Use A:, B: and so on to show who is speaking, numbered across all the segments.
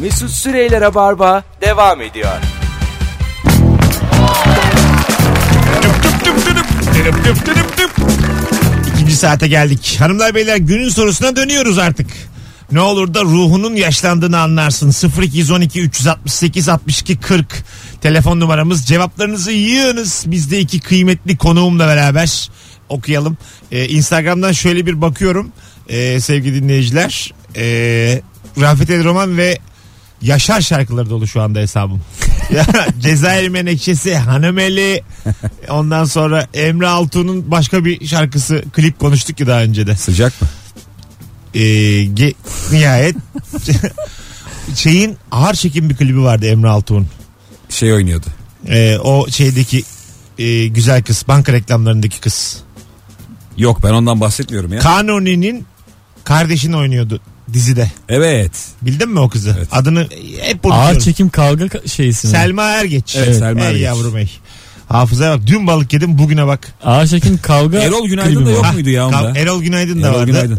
A: Mesut Süreyler'e barba devam ediyor.
B: İkinci saate geldik. Hanımlar beyler günün sorusuna dönüyoruz artık. Ne olur da ruhunun yaşlandığını anlarsın. 0212 368 62 40 telefon numaramız. Cevaplarınızı yığınız. Biz de iki kıymetli konuğumla beraber okuyalım. Ee, Instagram'dan şöyle bir bakıyorum ee, sevgili dinleyiciler. Ee, Rafet El Roman ve Yaşar şarkıları dolu şu anda hesabım. ya, Cezayir Menekşesi, Hanımeli, ondan sonra Emre Altun'un başka bir şarkısı, klip konuştuk ki daha önce de.
C: Sıcak mı?
B: Ee, ge- nihayet şeyin ağır çekim bir klibi vardı Emre Altun'un.
C: Şey oynuyordu.
B: Ee, o şeydeki e, güzel kız, banka reklamlarındaki kız.
C: Yok ben ondan bahsetmiyorum ya.
B: Kanuni'nin kardeşini oynuyordu dizide.
C: evet.
B: Bildin mi o kızı?
C: Evet.
B: Adını hep unutuyorum.
D: Ağır çekim kavga ka- şeysini.
B: Selma Ergeç.
C: Evet, Selma
B: ey
C: Ergeç.
B: yavrum ey. Hafızaya bak. Dün balık yedim bugüne bak.
D: Ağır çekim kavga
C: Erol Günaydın
D: klibi
C: da
D: bu.
C: yok
B: Ha,
C: muydu ya
B: Kav-
C: onda?
B: Erol Günaydın da
C: Erol
B: vardı.
C: Günaydın.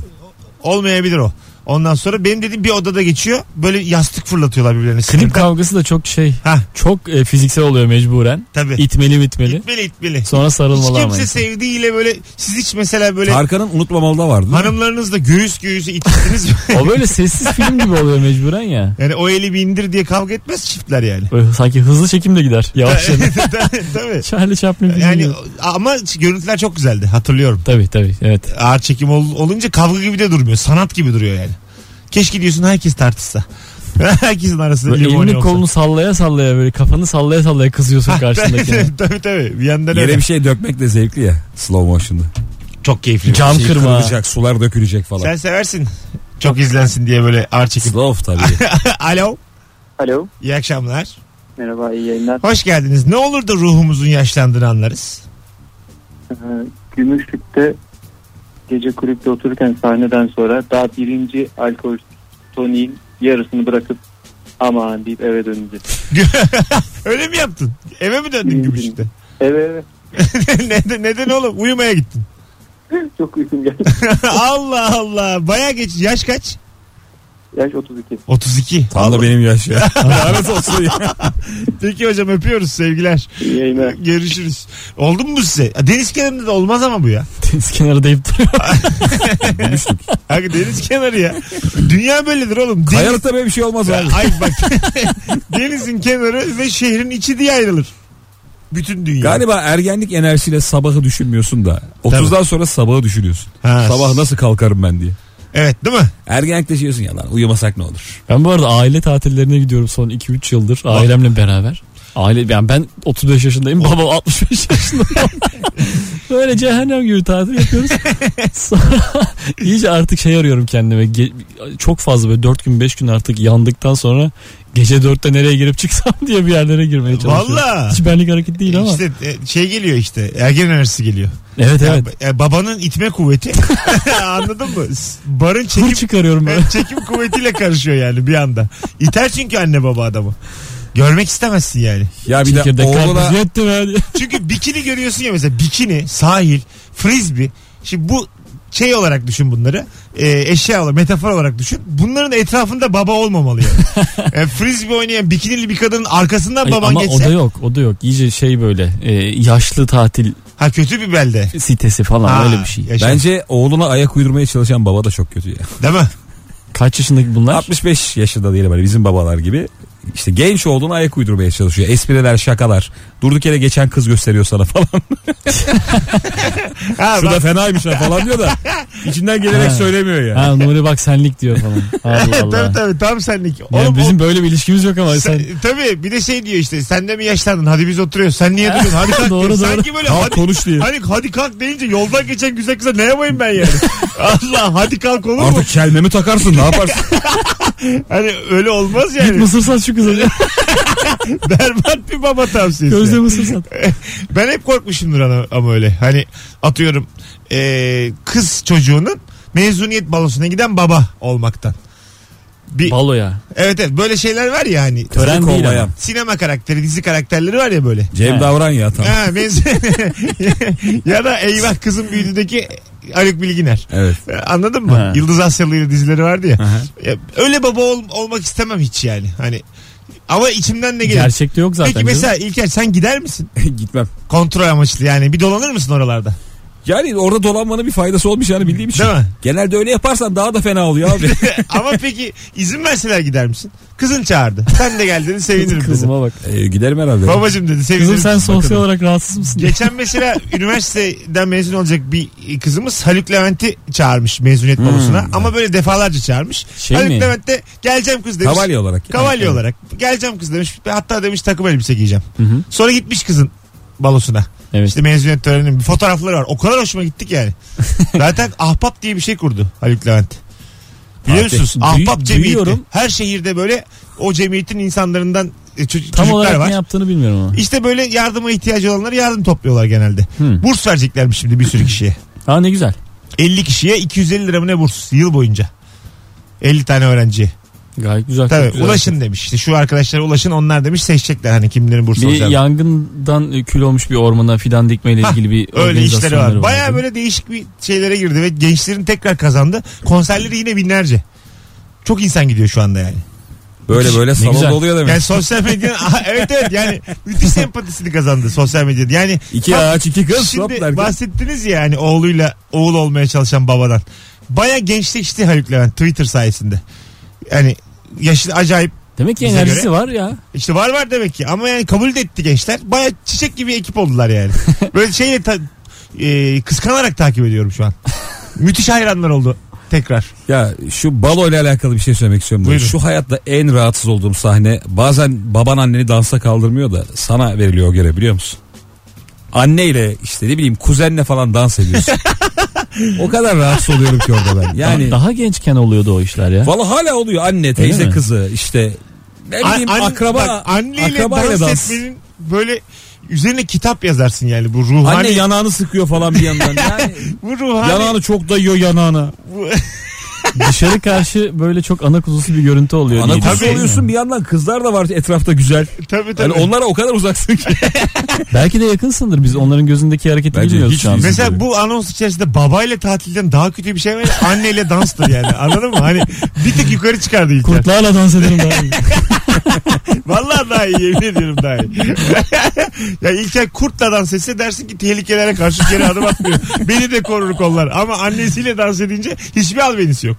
B: Olmayabilir o. Ondan sonra benim dediğim bir odada geçiyor. Böyle yastık fırlatıyorlar birbirlerine.
D: Klip
B: Sinirden-
D: kavgası da çok şey.
B: Ha
D: Çok e, fiziksel oluyor mecburen.
B: tabii.
D: İtmeli bitmeli.
B: itmeli itmeli.
D: Sonra
B: Hiç
D: sarılmalı ama.
B: kimse
D: insan.
B: sevdiğiyle böyle siz hiç mesela böyle
C: Tarkan'ın unutmamalı da vardı.
B: hanımlarınızla göğüs göğüse itiştiniz mi?
D: O böyle sessiz film gibi oluyor mecburen ya.
B: Yani o eli bir indir diye kavga etmez çiftler yani.
D: Böyle sanki hızlı çekim de gider. Yavaş yavaş.
B: tabii.
D: Charlie Chaplin filmi.
B: Yani
D: Yani...
B: ama görüntüler çok güzeldi hatırlıyorum.
D: Tabii tabii evet.
B: ağır çekim ol- olunca kavga gibi de durmuyor. Sanat gibi duruyor yani. Keşke diyorsun herkes tartışsa. Herkesin arasında
D: Böyle
B: limoni
D: elini
B: olsa.
D: kolunu sallaya sallaya böyle kafanı sallaya sallaya kızıyorsun karşındakine.
B: tabii tabii. Bir yandan
C: Yere
B: öyle.
C: bir şey dökmek de zevkli ya. Slow motion'da.
B: Çok keyifli. bir
D: Cam
B: şey.
D: kırma.
C: Kırılacak, sular dökülecek falan.
B: Sen seversin. Çok izlensin diye böyle ağır çekim.
C: Slow tabii.
B: Alo.
E: Alo.
B: İyi akşamlar.
E: Merhaba iyi yayınlar.
B: Hoş geldiniz. Ne olur da ruhumuzun yaşlandığını anlarız.
E: Ee, Gümüşlük'te gece kulüpte otururken sahneden sonra daha birinci alkol toniğin yarısını bırakıp aman deyip eve döndü.
B: öyle mi yaptın? Eve mi döndün
E: Bilmiyorum.
B: Gümüşlük'te?
E: Eve eve
B: neden, neden oğlum? Uyumaya gittin.
E: çok uykum geldi.
B: Allah Allah. Baya geç. Yaş kaç?
E: Yaş 32.
B: 32.
C: Tam da benim yaş ya. Lanet olsun ya.
B: Peki hocam öpüyoruz. Sevgiler.
E: İyi yayınlar.
B: Görüşürüz. Oldu mu bu size? Deniz kenarında da olmaz ama bu ya.
D: Deniz kenarı deyip duruyor.
B: Abi deniz kenarı ya. Dünya böyledir oğlum. Deniz...
C: Hayatta böyle bir şey olmaz abi.
B: Ay bak. Denizin kenarı ve şehrin içi diye ayrılır. Bütün dünya.
C: Galiba ergenlik enerjisiyle sabahı düşünmüyorsun da. 30'dan sonra sabahı düşünüyorsun.
B: Ha,
C: Sabah nasıl kalkarım ben diye.
B: Evet değil mi?
C: Ergenlikte şey diyorsun ya lan uyumasak ne olur.
D: Ben bu arada aile tatillerine gidiyorum son 2-3 yıldır ailemle beraber. Aile yani ben 35 yaşındayım babam 65 yaşında. Böyle cehennem gibi tatil yapıyoruz. Sonra iyice artık şey arıyorum kendime. Ge- çok fazla böyle 4 gün 5 gün artık yandıktan sonra gece 4'te nereye girip çıksam diye bir yerlere girmeye çalışıyorum.
B: Valla.
D: Hiç benlik hareket değil ama.
B: İşte e, şey geliyor işte. Ergen enerjisi geliyor.
D: evet
B: Ya,
D: evet.
B: e, babanın itme kuvveti. Anladın mı? S- Barın
D: Hır
B: çekim,
D: çıkarıyorum böyle.
B: çekim kuvvetiyle karışıyor yani bir anda. İter çünkü anne baba adamı. Görmek istemezsin yani.
C: Ya bir de
D: Çekirdek
C: oğluna
D: karpuz yetti be.
B: Çünkü bikini görüyorsun ya mesela bikini, sahil, frisbee. Şimdi bu şey olarak düşün bunları. Ee, eşya olarak, metafor olarak düşün. Bunların etrafında baba olmamalı yani. yani frisbee oynayan bikinili bir kadının arkasından
D: Ay,
B: baban
D: ama o
B: geçse.
D: da yok o da yok. İyice şey böyle e, yaşlı tatil
B: Ha kötü bir belde.
D: sitesi falan
B: Ha,
D: öyle bir şey.
B: yaşa.
C: Bence oğluna ayak uydurmaya çalışan baba da çok kötü ya.
B: Değil mi?
D: Kaç yaşındaki bunlar?
C: 65 yaşında değil böyle bizim babalar gibi. İşte genç olduğuna ayak uydurmaya çalışıyor. Espriler, şakalar. Durduk yere geçen kız gösteriyor sana falan.
B: Ha,
C: Şu da
B: bak-
C: fenaymış ha falan diyor da. içinden gelerek
D: Ha.
C: söylemiyor ya.
D: Ha Nuri bak senlik diyor falan. Allah Allah.
B: tabii tabii tam senlik.
D: Yani
B: Oğlum,
D: bizim böyle bir ilişkimiz yok ama
B: o- sen-
D: sen
B: tabii bir de şey diyor işte sen de mi yaşlandın hadi biz oturuyoruz sen niye duruyorsun hadi kalk
D: Doğru,
B: diyor.
D: doğru.
B: sanki böyle
C: Kalk
B: hadi,
C: konuş diye.
B: hani hadi kalk deyince yoldan geçen güzel kıza ne yapayım ben yani Allah hadi kalk olur mu
C: Artık çelmemi takarsın ne yaparsın?
B: hani öyle olmaz yani
D: git mısır sat şu kıza.
B: Berbat bir baba tavsiyesi.
D: Gözde mısır sat.
B: Ben hep korkmuşumdur ana- ama öyle. Hani atıyorum eee, kız çocuğunun mezuniyet balosuna giden baba olmaktan. Bir,
D: Balo ya.
B: evet evet böyle şeyler var ya hani.
D: Tören
C: Kızı
D: değil
C: kovlayan.
D: ama.
B: Sinema karakteri, dizi karakterleri var ya böyle.
C: Cem
D: He.
C: Davran ya tamam.
B: Ha, mezun... ya da eyvah kızım büyüdüdeki Haluk Bilginer.
C: Evet.
B: E, Anladın mı?
D: Ha.
B: Yıldız Asyalı ile dizileri vardı ya.
C: Aha.
B: E, Öyle baba ol- olmak istemem hiç yani. Hani ama içimden ne gelir?
D: Gerçekte yok zaten.
B: Peki
D: canım.
B: mesela İlker sen gider misin?
C: Gitmem.
B: Kontrol amaçlı yani. Bir dolanır mısın oralarda?
C: Yani orada dolanmanın bir faydası olmayacağını bildiğim için.
B: Değil mi?
C: Genelde öyle yaparsan daha da fena oluyor abi.
B: Ama peki izin verseler gider misin? Kızın çağırdı. Sen de gel dedi sevinirim dedi.
D: Kızıma bak.
C: Ee, giderim herhalde.
B: Babacım dedi sevinirim.
D: Kızım sen
B: dedi.
D: sosyal
B: Bakalım.
D: olarak rahatsız mısın?
B: Geçen mesela üniversiteden mezun olacak bir kızımız Haluk Levent'i çağırmış mezuniyet balosuna. Ama böyle defalarca çağırmış.
D: Hmm. Şey
B: Haluk
D: mi?
B: Levent de geleceğim kız demiş.
C: Kavalye olarak.
B: Kavalye
C: Yani.
B: olarak. Geleceğim kız demiş. Hatta demiş takım elbise giyeceğim.
D: Hı hı.
B: Sonra gitmiş kızın balosuna.
D: Evet.
B: İşte mezuniyet töreninin bir fotoğrafları var. O kadar hoşuma gittik yani. Zaten ahbap diye bir şey kurdu Haluk Levent. Biliyor
C: Fatih.
B: musunuz?
D: Duy-
B: Ahbap cemiyeti.
D: duyuyorum.
B: Her şehirde böyle o cemiyetin insanlarından e, ço-
D: Tam
B: çocuklar
D: olarak
B: var.
D: ne yaptığını bilmiyorum ama.
B: İşte böyle yardıma ihtiyacı olanlara yardım topluyorlar genelde.
D: Hı.
B: Burs vereceklermiş şimdi bir sürü kişiye.
D: Ha ne güzel.
B: 50 kişiye 250 lira mı ne burs yıl boyunca. 50 tane öğrenci.
D: Gayet güzel.
B: Tabii
D: çok güzel.
B: ulaşın demiş. İşte şu arkadaşlara ulaşın onlar demiş seçecekler hani kimlerin bursu
D: Bir
B: olacağını.
D: yangından e, kül olmuş bir ormana fidan dikmeyle
B: Hah,
D: ilgili bir
B: Öyle işleri var.
D: organizasyonları
B: Baya
D: vardı.
B: böyle değişik bir şeylere girdi ve gençlerin tekrar kazandı. Konserleri yine binlerce. Çok insan gidiyor şu anda yani.
C: Böyle böyle salon
D: güzel.
C: doluyor demek.
B: Yani sosyal medyanın Aha, evet evet yani müthiş sempatisini kazandı sosyal medyada. Yani
C: İki
B: bak,
C: ağaç iki kız. hop
B: Şimdi
C: derken.
B: bahsettiniz ya hani oğluyla oğul olmaya çalışan babadan. Baya gençleşti Haluk Levent Twitter sayesinde. Yani yaşı acayip
D: Demek ki
B: Bize
D: enerjisi
B: göre-
D: var ya.
B: işte var var demek ki ama yani kabul de etti gençler. Baya çiçek gibi ekip oldular yani. Böyle şeyle ta- e, kıskanarak takip ediyorum şu an. Müthiş hayranlar oldu tekrar.
C: Ya şu balo ile alakalı bir şey söylemek istiyorum.
B: Buyurun.
C: Şu hayatta en rahatsız olduğum sahne bazen baban anneni dansa kaldırmıyor da sana veriliyor o görev biliyor musun? Anneyle işte ne bileyim kuzenle falan dans ediyorsun. o kadar rahatsız oluyorum ki orada ben. Yani
D: Yani daha gençken oluyordu o işler ya.
C: valla hala oluyor anne teyze
D: mi?
C: kızı işte ne bileyim
B: An- an-
C: akraba
B: bak, anneyle
C: akrabayla
B: dans,
C: dans.
B: etmenin böyle üzerine kitap yazarsın yani bu ruhani.
C: Anne yanağını sıkıyor falan bir yandan. Yani
B: bu ruhani.
C: yanağını çok dayıyor yanağına.
B: bu-
D: Dışarı karşı böyle çok ana kuzusu bir görüntü oluyor.
C: Ana
D: diye
C: kuzu
D: düşünüyorum.
C: oluyorsun bir yandan kızlar da var etrafta güzel.
B: tabii tabii.
C: Yani onlara o kadar uzaksın ki.
D: Belki de yakınsındır biz onların gözündeki hareketi
C: Bence
D: bilmiyoruz
C: hiç
D: şu an.
C: değil.
B: Mesela bu anons içerisinde babayla tatilden daha kötü bir şey var ya anneyle danstır yani anladın mı? Hani bir tık yukarı çıkardı İlker.
D: Kurtlarla dans ederim ben.
B: Vallahi daha iyi yemin ediyorum daha iyi. ya İlker kurtla dans etse dersin ki tehlikelere karşı geri adım atmıyor. Beni de korur kollar ama annesiyle dans edince hiçbir albenisi yok.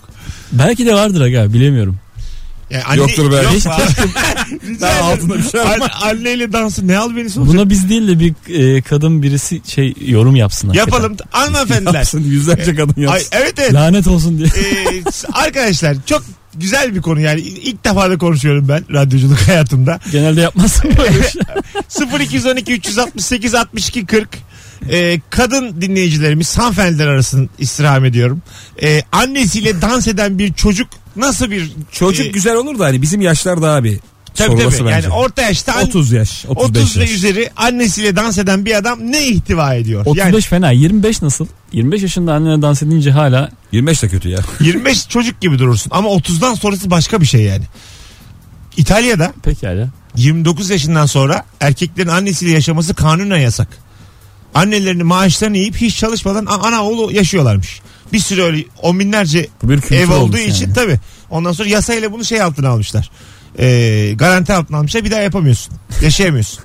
D: Belki de vardır aga bilemiyorum.
B: Yani anne,
C: Yoktur be.
B: Yok,
C: Hiç-
B: Rica
C: Ben
B: ederim.
C: altında bir şey var.
B: An- anneyle dansı ne albenisi olacak?
D: Buna biz değil de bir e, kadın birisi şey yorum yapsın. hakikaten.
B: Yapalım hanımefendiler.
C: Yapsın yüzlerce kadın
B: Ay,
C: yapsın.
B: evet evet.
D: Lanet olsun diye.
B: Ee, arkadaşlar çok güzel bir konu yani ilk defa da konuşuyorum ben radyoculuk hayatımda.
D: Genelde yapmazsın böyle bir şey.
B: 0212 368 62 40 Ee, kadın dinleyicilerimiz hanımefendiler arasın istirham ediyorum. Ee, annesiyle dans eden bir çocuk nasıl bir
C: Çocuk
B: e,
C: güzel olur da hani bizim yaşlar daha bir
B: tabii,
C: sorulası
B: tabii.
C: bence.
B: Yani orta yaşta an-
C: 30 yaş, 35
B: 30 ve
C: yaş.
B: üzeri annesiyle dans eden bir adam ne ihtiva ediyor?
D: 35
B: Yani
D: fena. 25 nasıl? 25 yaşında annene dans edince hala
C: 25 de kötü ya.
B: 25 çocuk gibi durursun ama 30'dan sonrası başka bir şey yani. İtalya'da
D: pekala.
B: 29 yaşından sonra erkeklerin annesiyle yaşaması kanunen yasak. Annelerini maaşlarını yiyip hiç çalışmadan a- ana oğlu yaşıyorlarmış. Bir sürü öyle on binlerce
D: Bu bir kültür
B: ev olduğu
D: olmuş yani.
B: için tabi. Ondan sonra yasayla bunu şey altına almışlar. Ee, garanti altına almışlar bir daha yapamıyorsun. Yaşayamıyorsun.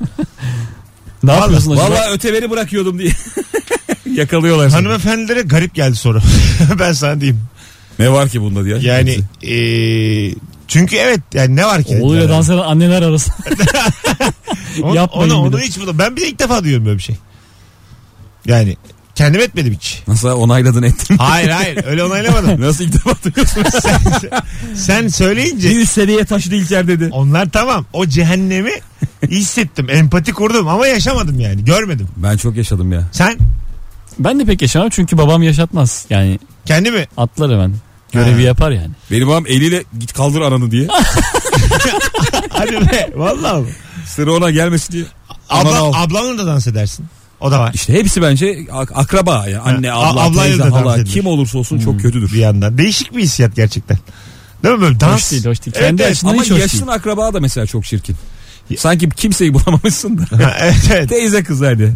D: Ne yapıyorsun acaba?
C: Valla öteberi bırakıyordum diye. Yakalıyorlar seni.
B: Hanımefendilere garip geldi soru. ben sana diyeyim.
C: Ne var ki bunda diye.
B: Yani ee, çünkü evet yani ne var ki?
D: Oğluyla
B: dediler.
D: dans eden anneler arasında.
B: Onu,
D: yapmayın
B: onu,
D: bir
B: onu
D: de.
B: hiç bulam- Ben bir de ilk defa duyuyorum böyle bir şey. Yani kendim etmedim hiç.
C: Nasıl onayladın ettin.
B: Hayır hayır öyle onaylamadım.
C: Nasıl ilk defa duyuyorsun?
B: sen, sen söyleyince
C: Bir seriye taşıdı İlker dedi.
B: onlar tamam. O cehennemi hissettim. Empati kurdum ama yaşamadım yani. Görmedim.
C: Ben çok yaşadım ya.
B: Sen
D: Ben de pek yaşamam çünkü babam yaşatmaz. Yani
B: kendi mi?
D: atlar hemen. Görevi
B: Ha.
D: yapar yani.
C: Benim babam eliyle git kaldır ananı diye.
B: Ah! Hadi be. Vallahi.
C: Sıra ona gelmesin diye. Aman
B: Abla,
C: al.
B: ablanla da dans edersin. O da var.
C: İşte hepsi bence ak- akraba ya. Anne,
B: Ha,
C: abla,
B: a- ablayla
C: teyze,
B: da dans
C: hala
B: edilir. Hmm.
C: kim olursa olsun çok
B: Bir
C: kötüdür.
B: yandan. Değişik bir hissiyat gerçekten. Değil mi böyle dans?
D: Hoş değil hoş değil.
B: Evet,
D: Kendi
B: evet.
D: açısından
C: Ama
D: hiç hoş değil.
C: yaşlının akraba da mesela çok çirkin. Sanki kimseyi bulamamışsın da.
B: Ha, evet, evet.
C: Teyze kız hadi.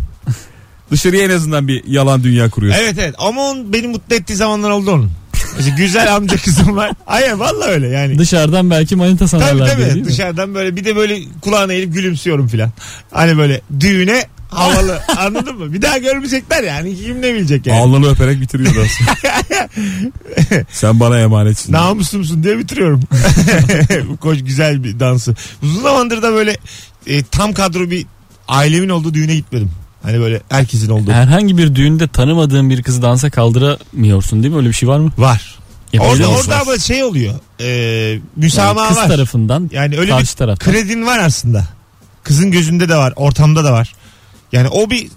C: Dışarıya en azından bir yalan dünya kuruyorsun.
B: Evet evet ama onun beni mutlu ettiği zamanlar oldu onun. Mesela güzel amca kızım var. Ay valla öyle yani.
D: Dışarıdan belki manita
B: Tabii
D: sanarlar diye
B: tabii
D: değil mi?
B: dışarıdan böyle bir de böyle kulağına eğilip gülümsüyorum filan. Hani böyle düğüne havalı anladın mı? Bir daha görmeyecekler yani kim ne bilecek yani.
C: Alnını öperek bitiriyor aslında. Sen bana emanetsin.
B: Namusumsun diye bitiriyorum. Bu koç güzel bir dansı. Uzun zamandır da böyle e, tam kadro bir ailemin olduğu düğüne gitmedim. Hani böyle herkesin olduğu.
D: Herhangi bir düğünde tanımadığın bir kızı dansa kaldıramıyorsun değil mi? Öyle bir şey var mı?
B: Var.
D: Ya
B: Orada,
D: böyle olsun.
B: orada ama şey oluyor. E,
D: Yani
B: müsamaha
D: kız
B: var.
D: tarafından
B: Yani öyle bir
D: karşı taraftan.
B: kredin var aslında. Kızın gözünde de var, ortamda da var. Yani o bir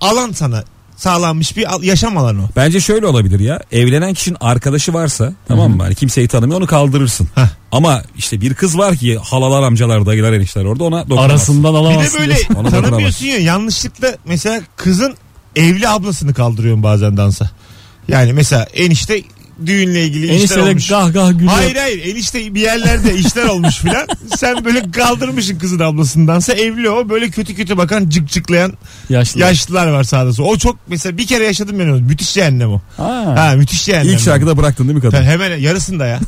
B: alan sana sağlanmış bir al- yaşam alanı o.
C: Bence şöyle olabilir ya. Evlenen kişinin arkadaşı varsa tamam mı? Hani kimseyi tanımıyor onu kaldırırsın.
B: Hah.
C: Ama işte bir kız var ki halalar amcalar dayılar enişler orada ona dokunamazsın.
D: Arasından
B: Bir
D: alamazsın.
B: de böyle
C: Ona dokunamaz.
B: tanımıyorsun ya yanlışlıkla mesela kızın evli ablasını kaldırıyorsun bazen dansa. Yani mesela enişte düğünle ilgili işler
D: Enişte de
B: olmuş.
D: gah gah gülüyor.
B: Hayır hayır enişte bir yerlerde işler olmuş filan. Sen böyle kaldırmışsın kızın ablasındansa evli o. Böyle kötü kötü bakan cık cıklayan
D: Yaşlı.
B: yaşlılar var sağda solda. O çok mesela bir kere yaşadım ben onu. Müthiş cehennem o.
D: Ha.
B: Ha müthiş cehennem.
C: İlk şarkıda bıraktın değil mi
B: Ben
C: kadın?
B: hemen yarısında ya.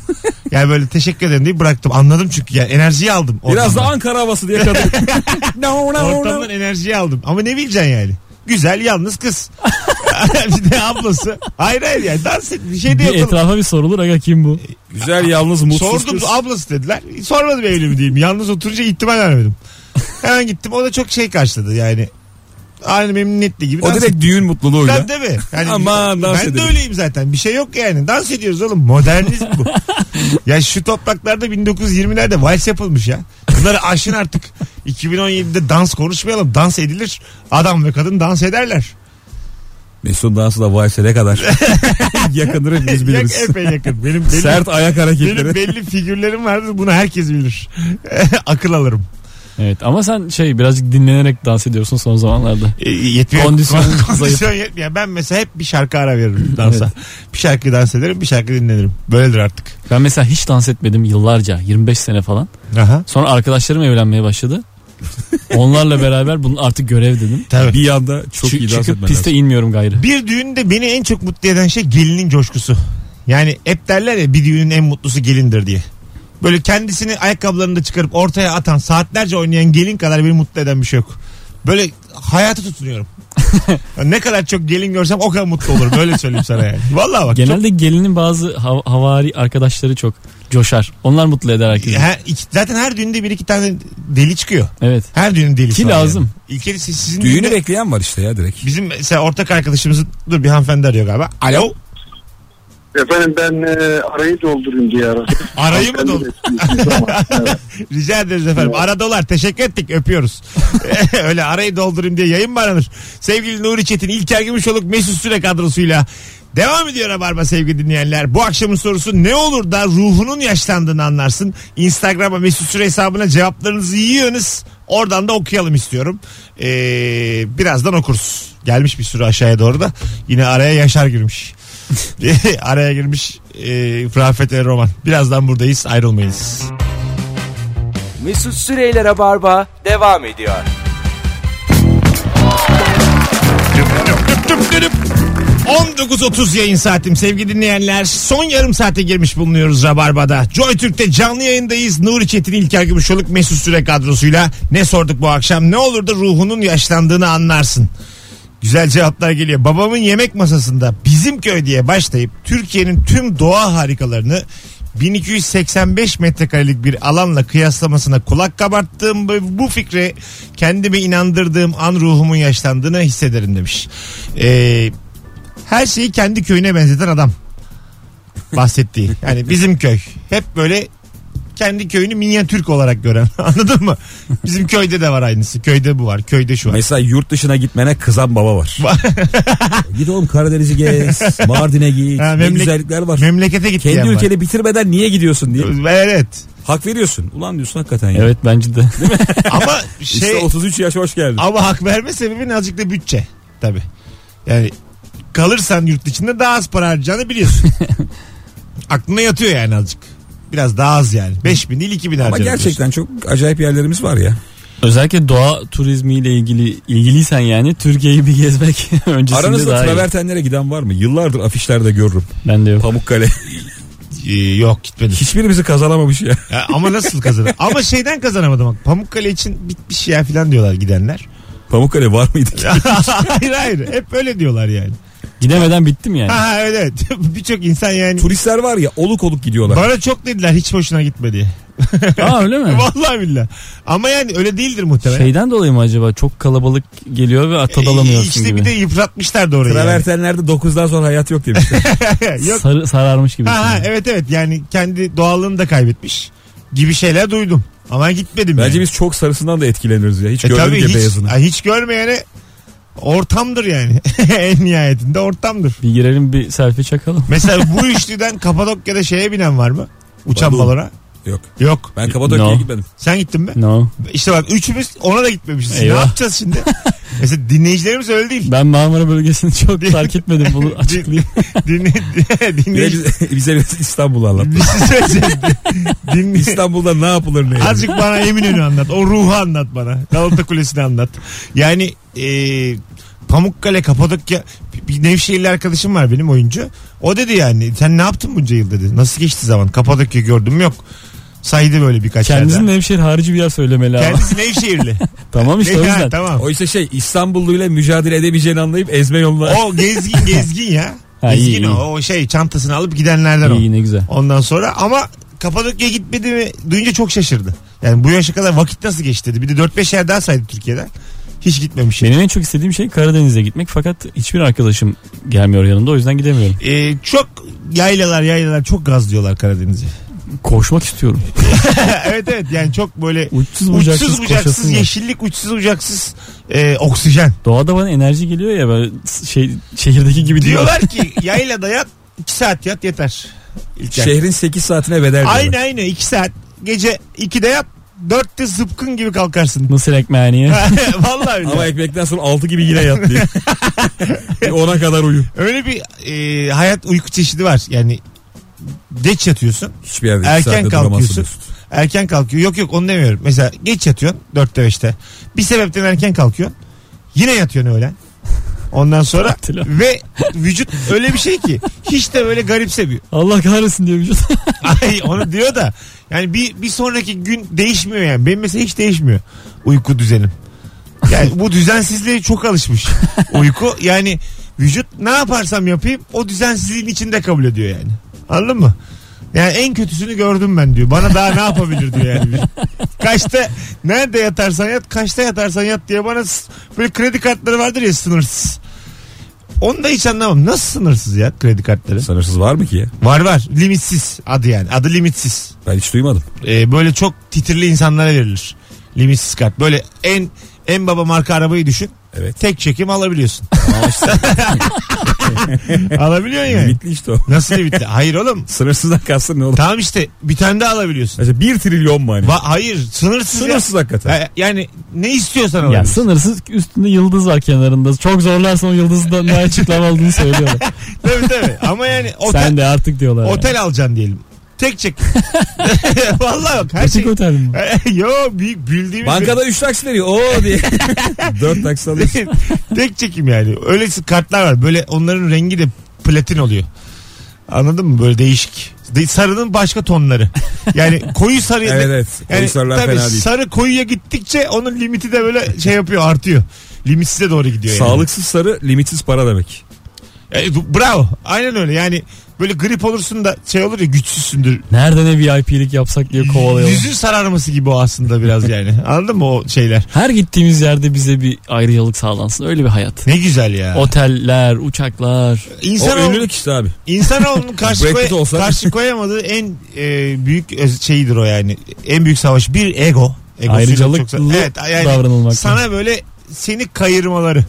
B: yani böyle teşekkür ederim diye bıraktım. Anladım çünkü yani enerjiyi aldım.
C: Biraz da
B: ortamdan.
C: Ankara havası diye kadın. no, no, no.
B: Ortamdan enerjiyi aldım. Ama ne bileceksin yani? Güzel yalnız kız. bir de ablası. Hayır hayır yani dans et bir şey de
D: Bir
B: yapalım.
D: etrafa bir sorulur aga kim bu?
C: Güzel yalnız mutsuz
B: Sordum
C: kız.
B: ablası dediler. Sormadım evli mi diyeyim. Yalnız oturunca ihtimal vermedim. Hemen gittim. O da çok şey karşıladı yani. Aynı memnuniyetle gibi.
C: O
B: dans
C: direkt düğün mutluluğuyla.
B: Tabii tabii. Yani
C: Aman dans
B: ben de
C: edelim.
B: öyleyim zaten. Bir şey yok yani. Dans ediyoruz oğlum. Modernizm bu. ya şu topraklarda 1920'lerde vals yapılmış ya. Bunları aşın artık. 2017'de dans konuşmayalım. Dans edilir. Adam ve kadın dans ederler.
C: Mesut dansı da valse ne kadar yakındır biz biliriz.
B: Yak, epey yakın. Benim belli,
C: Sert ayak
B: benim
C: hareketleri.
B: belli figürlerim vardır. Bunu herkes bilir. Akıl alırım.
D: Evet ama sen şey birazcık dinlenerek dans ediyorsun son zamanlarda.
B: E, yetmiyor.
D: Kondisyon
B: Kon- kondisyon
D: zayıf.
B: yetmiyor. Ben mesela hep bir şarkı ara veririm dansa. Bir şarkı dans ederim, bir şarkı dinlenirim. Böyledir artık.
D: Ben mesela hiç dans etmedim yıllarca 25 sene falan.
B: Aha.
D: Sonra arkadaşlarım evlenmeye başladı. Onlarla beraber bunun artık görev dedim.
B: Tabii.
C: Bir yanda çok
D: Çü-
C: iyi dans
D: çıkıp
C: etmen
D: piste
C: lazım.
D: inmiyorum gayrı.
B: Bir düğünde beni en çok mutlu eden şey gelinin coşkusu. Yani hep derler ya bir düğünün en mutlusu gelindir diye. Böyle kendisini ayakkabılarını da çıkarıp ortaya atan saatlerce oynayan gelin kadar beni mutlu eden bir şey yok. Böyle hayata tutunuyorum. Ya ne kadar çok gelin görsem o kadar mutlu olurum. Böyle söyleyeyim sana yani. Vallahi bak.
D: Genelde gelinin bazı hav- havari arkadaşları çok coşar. Onlar mutlu eder
B: çok-
D: herkesi.
B: Her- iki- zaten her düğünde bir iki tane deli çıkıyor.
D: Evet.
B: Her düğünün delisi
D: Ki
B: var
D: lazım.
B: Yani. İlkeli siz- sizin düğünde-
C: Düğünü bekleyen var işte ya direkt.
B: Bizim mesela ortak arkadaşımızın dur bir hanımefendi arıyor galiba. Alo.
F: Efendim ben e, arayı doldurayım diye aradım.
B: Arayı mı dolu?
F: Evet.
B: Rica ederiz efendim. Ara dolar. Teşekkür ettik. Öpüyoruz. Öyle arayı doldurayım diye yayın mı aranır? Sevgili Nuri Çetin, İlker Gümüşoluk, Mesut Süre kadrosuyla Devam ediyor Rabarba sevgili dinleyenler. Bu akşamın sorusu ne olur da ruhunun yaşlandığını anlarsın. Instagram'a Mesut Süre hesabına cevaplarınızı yığınız. Oradan da okuyalım istiyorum. Ee, birazdan okuruz. Gelmiş bir sürü aşağıya doğru da. Yine araya Yaşar girmiş. araya girmiş e, Rafet El Roman. Birazdan buradayız ayrılmayız.
A: Mesut Süreyler'e barba devam ediyor.
B: Tüp tüp tüp. 19.30 yayın saatim sevgili dinleyenler. Son yarım saate girmiş bulunuyoruz Rabarba'da. Joy Türk'te canlı yayındayız. Nuri Çetin, İlker Gümüşoluk, Mesut Süre kadrosuyla. Ne sorduk bu akşam? Ne olur da ruhunun yaşlandığını anlarsın. Güzel cevaplar geliyor. Babamın yemek masasında bizim köy diye başlayıp Türkiye'nin tüm doğa harikalarını 1285 metrekarelik bir alanla kıyaslamasına kulak kabarttığım ve bu fikre kendimi inandırdığım an ruhumun yaşlandığını hissederim demiş. Ee, her şeyi kendi köyüne benzeten adam bahsettiği. Yani bizim köy. Hep böyle kendi köyünü minyatürk olarak gören. Anladın mı? Bizim köyde de var aynısı. Köyde bu var. Köyde şu var.
C: Mesela yurt dışına gitmene kızan baba var. Git oğlum Karadeniz'i gez, Mardin'e git.
B: Ha,
C: ne
B: memlek-
C: güzellikler var.
B: Memlekete gitti.
C: Kendi ülkeni bitirmeden niye gidiyorsun diye.
B: Evet.
C: Hak veriyorsun. Ulan diyorsun hakikaten ya.
D: Evet bence de.
B: Ama
C: İşte
B: şey
C: 33 yaş hoş geldin.
B: ama hak verme sebebin azıcık da bütçe. Tabi. Yani kalırsan yurt içinde daha az para harcayacağını biliyorsun. Aklına yatıyor yani azıcık. Biraz daha az yani. 5000 değil 2000
C: Ama
B: harcayacaksın.
C: gerçekten çok acayip yerlerimiz var ya.
D: Özellikle doğa turizmiyle ilgili ilgiliysen yani Türkiye'yi bir gezmek öncesinde
C: Aranızda
D: daha iyi.
C: travertenlere giden var mı? Yıllardır afişlerde görürüm.
D: Ben de yok.
C: Pamukkale.
B: Ee, yok gitmedim.
C: Hiçbirimizi kazanamamış ya.
B: Ya ama nasıl kazanır? ama şeyden kazanamadım bak. Pamukkale için bitmiş ya falan diyorlar gidenler.
C: Pamukkale var mıydı?
B: hayır hayır. Hep öyle diyorlar yani.
D: Gidemeden bittim yani.
B: Ha evet evet. Birçok insan yani.
C: Turistler var ya oluk oluk gidiyorlar.
B: Bana çok dediler hiç hoşuna gitme diye.
D: Aa öyle mi?
B: Vallahi billahi. Ama yani öyle değildir muhtemelen.
D: Şeyden dolayı mı acaba çok kalabalık geliyor ve at
B: Ee,
D: alamıyorsun
B: İşte
D: gibi.
B: bir de yıpratmışlar da orayı. yani.
C: Travertenlerde 9'dan sonra hayat yok demişler.
B: Yok.
D: Sarı, sararmış gibi.
B: Ha, ha, evet evet yani kendi doğallığını da kaybetmiş gibi şeyler duydum. Ama gitmedim
C: Bence
B: yani.
C: biz çok sarısından da etkileniriz ya. Hiç
B: E
C: görmedik
B: tabii
C: ya
B: hiç,
C: beyazını.
B: ay, hiç görmeyene ortamdır yani. en nihayetinde ortamdır.
D: Bir girelim bir selfie çakalım.
B: Mesela bu üçlüden Kapadokya'da şeye binen var mı? Uçan
C: Balon.
B: balona.
C: Yok.
B: Yok.
C: Ben Kapadokya'ya
D: No.
C: gitmedim.
B: Sen gittin mi?
D: No.
B: İşte bak üçümüz ona da gitmemişiz.
D: Eyvah.
B: Ne yapacağız şimdi? Mesela dinleyicilerimiz öyle değil.
D: Ben Marmara bölgesini çok fark etmedim bunu açıklayayım.
B: Dinle,
C: Bir de
B: dinleyici-
C: bize, bize biraz İstanbul anlat.
B: bir şey söyleyeceğim. Dinle-
C: İstanbul'da ne yapılır ne yapılır.
B: Azıcık bana Eminönü anlat. O ruhu anlat bana. Galata Kulesi'ni anlat. Yani e, Pamukkale, Kapadokya bir Nevşehirli arkadaşım var benim oyuncu. O dedi yani sen ne yaptın bunca yıl dedi. Nasıl geçti zaman? Kapadokya gördüm mü? yok. Saydı böyle birkaç
D: Kendisinin
B: yerden.
D: Nevşehir harici bir yer söylemeli ama.
B: Kendisi Nevşehirli.
D: Tamam işte o
B: Ne- ha,
D: yüzden.
B: tamam.
C: O işte şey İstanbulluyla mücadele edemeyeceğini anlayıp ezme yoluna.
B: O gezgin gezgin ya.
D: Ha, iyi,
B: gezgin o.
D: iyi.
B: O şey çantasını alıp gidenlerden o.
D: İyi ne güzel.
B: Ondan sonra ama Kapadokya gitmedi mi duyunca çok şaşırdı. Yani bu yaşa kadar vakit nasıl geçti dedi. Bir de 4-5 yer daha saydı Türkiye'den. Hiç gitmemiş.
D: Benim en çok istediğim şey Karadeniz'e gitmek fakat hiçbir arkadaşım gelmiyor yanımda o yüzden gidemiyorum.
B: Ee, çok yaylalar yaylalar çok gaz diyorlar Karadeniz'e.
D: Koşmak istiyorum.
B: evet evet yani çok böyle
D: Uçsuz bucaksız,
B: uçsuz bucaksız
D: koşasım var.
B: yeşillik uçsuz bucaksız e, oksijen.
D: Doğada bana enerji geliyor ya böyle şey şehirdeki gibi diyor.
B: Diyorlar ki yaylada yat 2 saat yat yeter. İlker.
C: Şehrin 8 saatine bedel diyorlar.
B: Aynı aynı 2 saat gece 2'de yat 4'te zıpkın gibi kalkarsın.
D: Mısır ekmeğini.
B: Vallahi öyle.
C: Ama ekmekten sonra 6 gibi yine yat diye. Bir Ona kadar uyu.
B: Öyle bir e, hayat uyku çeşidi var. Yani geç yatıyorsun.
C: Hiçbir yerde iki
B: Erken
C: saatte
B: kalkıyorsun.
C: duramazsın Mesut.
B: Erken kalkıyor. Yok yok onu demiyorum. Mesela geç yatıyorsun 4'te 5'te. Bir sebepten erken kalkıyorsun. Yine yatıyorsun öğlen. Ondan sonra
D: Tatil o.
B: ve vücut öyle bir şey ki hiç de böyle garipsemiyor.
D: Allah kahretsin diyor vücut.
B: Ay onu diyor da yani bir, bir sonraki gün değişmiyor yani. Benim mesela hiç değişmiyor uyku düzenim. Yani bu düzensizliğe çok alışmış uyku. Yani vücut ne yaparsam yapayım o düzensizliğin içinde kabul ediyor yani. Anladın mı? Yani en kötüsünü gördüm ben diyor. Bana daha ne yapabilir diyor yani. vücut. Kaçta nerede yatarsan yat, kaçta yatarsan yat diye bana s- böyle kredi kartları vardır ya sınırsız. Onu da hiç anlamam. Nasıl sınırsız ya kredi kartları?
C: Sanırsız var mı ki ya?
B: Var var. Limitsiz adı yani. Adı limitsiz.
C: Ben hiç duymadım.
B: Ee, böyle çok titirli insanlara verilir. Limitsiz kart. Böyle en en baba marka arabayı düşün.
C: Evet.
B: Tek çekim alabiliyorsun. Alabiliyorsun yani.
C: Limitli işte o.
B: Nasıl limitli? Hayır oğlum.
C: Sınırsızdan kastın ne olur?
B: Tamam işte bir tane de alabiliyorsun.
C: Mesela 1 trilyon mu hani?
B: Va- hayır sınırsız. ya.
C: Sınırsız hakikaten.
B: Ha, Yani ne istiyorsan
D: ya
B: alabiliyorsun.
D: sınırsız üstünde yıldız var kenarında. Çok zorlarsan o yıldızdan daha açıklama olduğunu söylüyorlar.
B: tabii tabii. Ama yani otel,
D: Sen de artık diyorlar. yani.
B: otel alacaksın diyelim. Tek çekim. Vallahi bak her
D: Açık
B: şey.
D: otel mi?
B: Yo büyük bildiğimiz.
C: Bankada 3 taksi veriyor. Oo diye. 4 taksi alıyorsun.
B: Tek çekim yani. Öyle kartlar var. Böyle onların rengi de platin oluyor. Anladın mı? Böyle değişik. De- sarının başka tonları. Yani koyu sarıya
C: Evet evet.
B: Yani
C: Komiserler
B: tabii
C: fena değil.
B: sarı koyuya gittikçe onun limiti de böyle şey yapıyor artıyor. Limitsize doğru
C: Ee,
B: gidiyor yani.
C: Sağlıksız sarı limitsiz para demek.
B: E, bu- bravo. Aynen öyle. Yani böyle grip olursun da şey olur ya güçsüzsündür.
D: Nerede ne VIP'lik yapsak diye kovalayalım.
B: Yüzün sararması gibi o aslında biraz yani. Anladın mı o şeyler?
D: Her gittiğimiz yerde bize bir ayrıcalık sağlansın. Öyle bir hayat.
B: Ne güzel ya.
D: Oteller, uçaklar.
B: İnsan
C: o
B: ol-
C: ünlülük işte abi.
B: İnsanoğlunun karşı,
C: Brad Pitt
B: koy-
C: olsa.
B: karşı koyamadığı en e, büyük öz- şeyidir o yani. En büyük savaş bir ego. Egosuyla
D: Ayrıcalıklı
B: E, çok- evet, yani
D: davranılmak.
B: Sana böyle seni kayırmaları.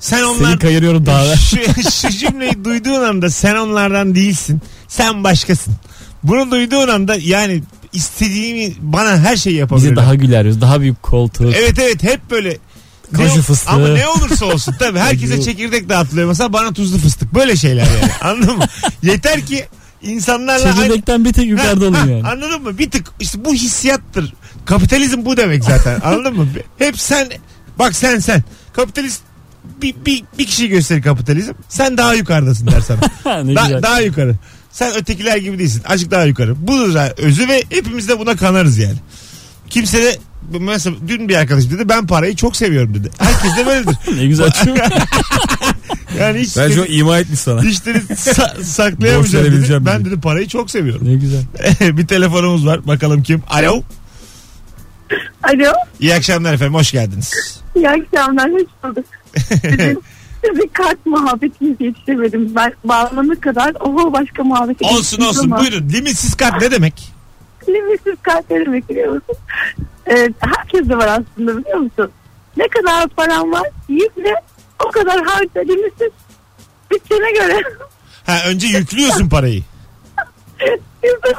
B: Sen
D: Seni
B: onlar
D: kayırıyorum dağa.
B: şu, şu cümleyi duyduğun anda sen onlardan değilsin. Sen başkasın. Bunu duyduğun anda yani istediğimi bana her şeyi
D: Bize
B: yapabilirler. E,
D: daha güler yüz, daha büyük koltuk.
B: Evet evet hep böyle Ne-
D: Kaju fıstığı.
B: Ama ne olursa olsun tabii herkese çekirdek dağıtılıyor mesela bana tuzlu fıstık böyle şeyler yani anladın mı? Yeter ki insanlarla aynı-
D: Çekirdekten bir tek yukarıda olun
B: Ha,
D: yani.
B: Anladın mı? Bir tık işte bu hissiyattır. Kapitalizm bu demek zaten. anladın mı? Hep sen bak sen sen. Kapitalist bir, bir, bir kişi gösterir kapitalizm. Sen daha yukarıdasın der sana.
D: Ha, ne
B: Da-
D: güzel.
B: daha yukarı. Sen ötekiler gibi değilsin. Azıcık daha yukarı. Budur ha- özü ve hepimiz de buna kanarız yani. Kimse de mesela dün bir arkadaş dedi ben parayı çok seviyorum dedi. Herkes de böyledir.
D: ne güzel çocuk.
B: Yani hiç
C: Bence o
B: dedi,
C: ima etmiş sana.
B: hiç dedi sa- saklayamayacağım dedi.
C: verebileceğim
B: Ben
C: dedi.
B: dedi parayı çok seviyorum.
D: ne güzel.
B: bir telefonumuz var. Bakalım kim? Alo.
G: Alo.
B: İyi akşamlar efendim. Hoş geldiniz.
G: İyi akşamlar. Hoş bulduk. Sizin, sizin kart muhabbetinizi yetişemedim. Ben bağlanana kadar oho başka muhabbet
B: olsun olsun. Buyurun. Limitsiz kart ne demek?
G: Limitsiz kart ne demek biliyor musun? Ee, herkes de var aslında biliyor musun? Ne kadar param var yükle o kadar harca limitsiz bütçene göre.
B: Ha önce yüklüyorsun parayı.
G: Bizde,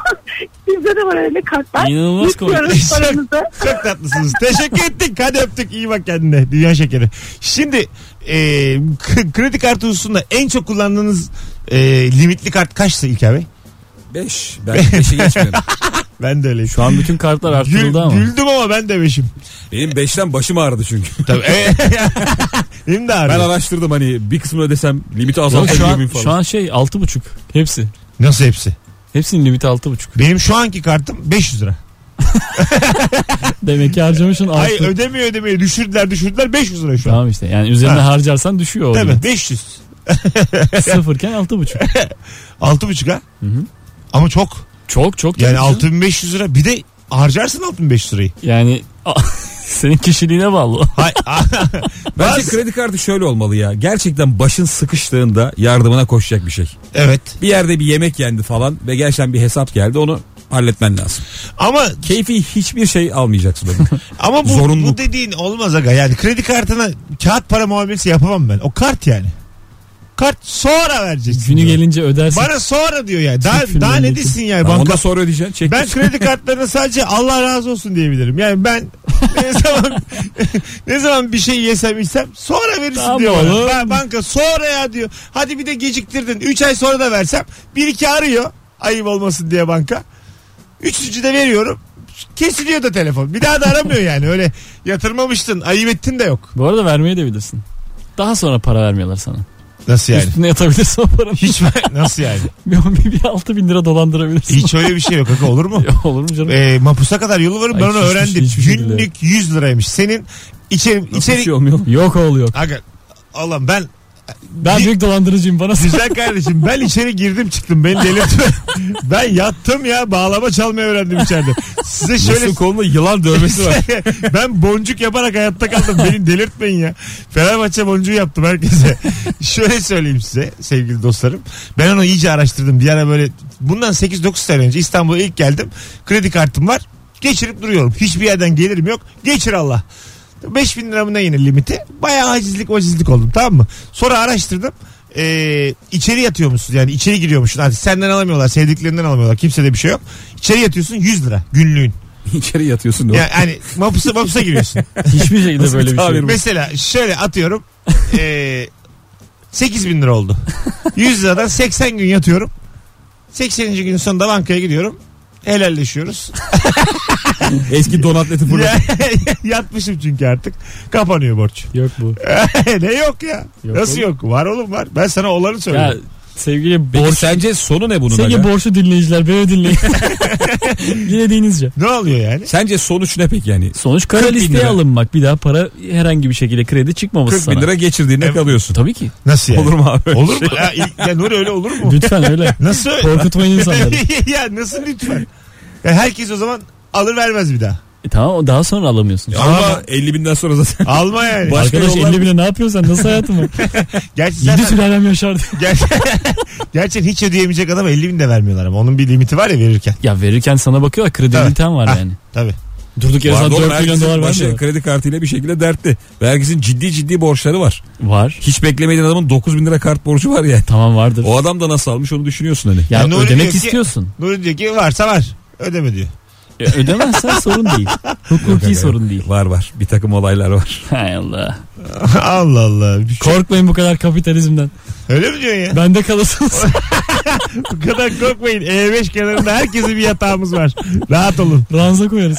G: bizde de var öyle kartlar.
D: İnanılmaz komik.
G: Yüklüyoruz paramızı.
B: Çok tatlısınız. Teşekkür ettik. Hadi öptük. İyi bak kendine. Dünya şekeri. Şimdi e, k- kredi kartı hususunda en çok kullandığınız e, limitli kart kaçtı İlker Bey?
C: 5. Ben 5'e geçmiyorum.
B: Ben de öyleyim.
D: Şu an bütün kartlar
B: Gül-
D: artırıldı ama.
B: Güldüm ama ben de beşim.
C: Benim 5'ten başım ağrıdı çünkü.
B: Tabii. E, Benim de
C: Ben
B: ağrıyor.
C: araştırdım hani bir kısmını ödesem limiti
D: Yok, şu,
C: azaltabiliyor
D: an,
C: muyum falan.
D: şu an şey 6,5. Hepsi.
B: Nasıl hepsi?
D: Hepsinin limiti 6,5.
B: Benim şu anki kartım 500 lira.
D: Demek ki harcamışsın
B: Ay
D: 6.
B: ödemiyor ödemiyor. Düşürdüler düşürdüler 500 lira şu an.
D: Tamam işte yani üzerine
B: Ha.
D: harcarsan düşüyor
B: Değil
D: orada.
B: mi? 500.
D: Sıfırken 6,5.
B: Altı buçuk ha?
D: Hı hı.
B: Ama çok.
D: Çok çok.
B: Yani
D: tabii canım.
B: 6500 lira. Bir de harcarsın 6500 lirayı.
D: Yani senin kişiliğine bağlı.
B: Hay,
C: Bence
B: Bazı-
C: kredi kartı şöyle olmalı ya. Gerçekten başın sıkıştığında yardımına koşacak bir şey.
B: evet.
C: Bir yerde bir yemek yendi falan ve gerçekten bir hesap geldi onu halletmen lazım.
B: Ama
C: Keyfi hiçbir şey almayacaksın. onun.
B: ama bu,
C: Zorunluluk.
B: bu dediğin olmaz aga. Yani kredi kartına kağıt para muamelesi yapamam ben. O kart yani. Kart sonra vereceksin.
D: Günü gelince ödersin.
B: Bana sonra diyor yani. Daha,
D: Filmden
B: daha ne
D: geçin.
B: desin yani
C: Ondan
B: banka.
C: sonra ödeyeceksin. Çek.
B: Ben kredi kartlarına sadece Allah razı olsun diyebilirim. Yani ben ne zaman ne zaman bir şey yesem içsem sonra verirsin
D: Tamam
B: diyor. bana.
D: oğlum.
B: Ben banka sonra ya diyor. Hadi bir de geciktirdin. 3 ay sonra da versem bir iki arıyor. Ayıp olmasın diye banka. Üçüncü de veriyorum. Kesiliyor da telefon. Bir daha da aramıyor yani. Öyle yatırmamıştın, ayıp ettin de yok.
D: Bu arada vermeye de bilirsin. Daha sonra para vermiyorlar sana.
B: Nasıl yani?
D: Üstüne yatabilirsin o paranın.
B: Hiç nasıl yani?
D: bir, bir 6 bin lira dolandırabilirsin.
B: Hiç öyle bir şey yok. Aga, olur mu?
D: Ya Olur mu canım?
B: e, mapusa kadar yolu varım ben
D: Ay,
B: onu
D: hiçbir
B: öğrendim.
D: şey, hiçbir
B: Günlük 100 liraymış. Senin içeri,
C: Hiçbir
B: içeri
C: şey olmuyor.
D: Yok oğlu yok.
B: Aga Allah'ım ben
D: Ben büyük dolandırıcıyım bana s-
B: güzel kardeşim ben içeri girdim çıktım beni delirtme. ben yattım ya bağlama çalmayı öğrendim içeride. Size şöyle
C: Nasıl kolunda yılan dövmesi var.
B: ben boncuk yaparak hayatta kaldım. Beni delirtmeyin ya. Fenerbahçe boncuğu yaptım herkese. Şöyle söyleyeyim size sevgili dostlarım. Ben onu iyice araştırdım. Bir ara böyle bundan 8-9 sene önce İstanbul'a ilk geldim. Kredi kartım var. Geçirip duruyorum. Hiçbir yerden gelirim yok. Geçir Allah. 5000 liramın yine limiti. Bayağı acizlik acizlik oldum tamam mı? Sonra araştırdım. Ee, içeri yatıyormuşsun yani içeri giriyormuşsun. Hadi senden alamıyorlar sevdiklerinden alamıyorlar. Kimsede bir şey yok. İçeri yatıyorsun 100 lira günlüğün.
C: İçeri yatıyorsun. diyor.
B: Yani hani mapusa, mapusa giriyorsun.
D: hiçbir şekilde
C: Nasıl
D: böyle bir şey.
C: tabir
D: yok.
B: Mesela şöyle atıyorum. eee 8 bin lira oldu. 100 liradan 80 gün yatıyorum. 80. gün sonunda bankaya gidiyorum. Helalleşiyoruz.
C: Eski donatleti fırlat.
B: Ya- Yatmışım çünkü artık. Kapanıyor borç.
D: Yok bu.
B: ne yok ya?
D: Yok
B: Nasıl
D: oğlum.
B: yok? Var oğlum var. Ben sana olanı
D: Ya
B: söylüyorum.
D: sevgili
C: Peki
D: borç
C: sence sonu ne bunun?
D: Sevgili
C: aga?
D: borçlu dinleyiciler beni dinleyin. Yine denizce.
B: Ne oluyor yani?
C: Sence sonuç ne peki yani?
D: Sonuç kara
C: 40 bin
D: listeye
C: lira.
D: alınmak. Bir daha para herhangi bir şekilde kredi çıkmaması
C: 40
D: sana.
C: bin lira geçirdiğinde
B: Evet.
C: kalıyorsun.
D: Tabii ki.
B: Nasıl yani?
C: Olur mu abi?
B: Olur mu? Ya, ya Nuri öyle olur mu?
D: şey? Lütfen öyle.
B: Nasıl?
D: Korkutmayın insanları.
B: ya nasıl lütfen? Ya herkes o zaman alır vermez bir daha.
D: E tamam o daha sonra alamıyorsun.
C: Ama 50 binden sonra zaten.
B: Alma yani.
C: Başka
D: Arkadaş
C: yollar-
D: 50 bine ne yapıyorsun sen? Nasıl hayatın var?
B: Gerçi
D: Yedi
B: zaten-
D: sülalem yaşardı.
B: Gerçekten, gerçekten hiç ödeyemeyecek adama 50 bin de vermiyorlar ama onun bir limiti var ya verirken.
D: Ya verirken sana bakıyorlar kredi
B: Evet.
D: limiten var
B: Ha.
D: yani.
B: Tabii.
D: Ah. Durduk yere
C: Var
D: sana
C: da oğlum,
D: 4 milyon
C: herkesin
D: dolar
C: başı
D: vermiyorlar.
C: Kredi kartıyla bir şekilde dertli. Ve herkesin ciddi ciddi borçları var.
D: Var.
C: Hiç beklemediğin adamın 9 bin lira kart borcu var ya.
D: Tamam vardır.
C: O adam da nasıl almış onu düşünüyorsun hani.
D: Ya
B: Yani öyle diyor
D: ödemek
B: ki-
D: istiyorsun.
B: Nuri diyor ki varsa var ödeme diyor.
D: E, ödemezsen sorun değil.
C: Yok,
D: Hukuki
C: yok.
D: sorun değil.
C: Var var. Bir takım olaylar var.
D: Hay Allah.
B: Allah Allah. Bir şey-
D: Korkmayın bu kadar kapitalizmden.
B: Öyle mi diyorsun ya?
D: Bende kalırsınız.
B: Bu kadar korkmayın. E5 kenarında herkesin bir yatağımız var. Rahat olun.
D: Ranza koyarız.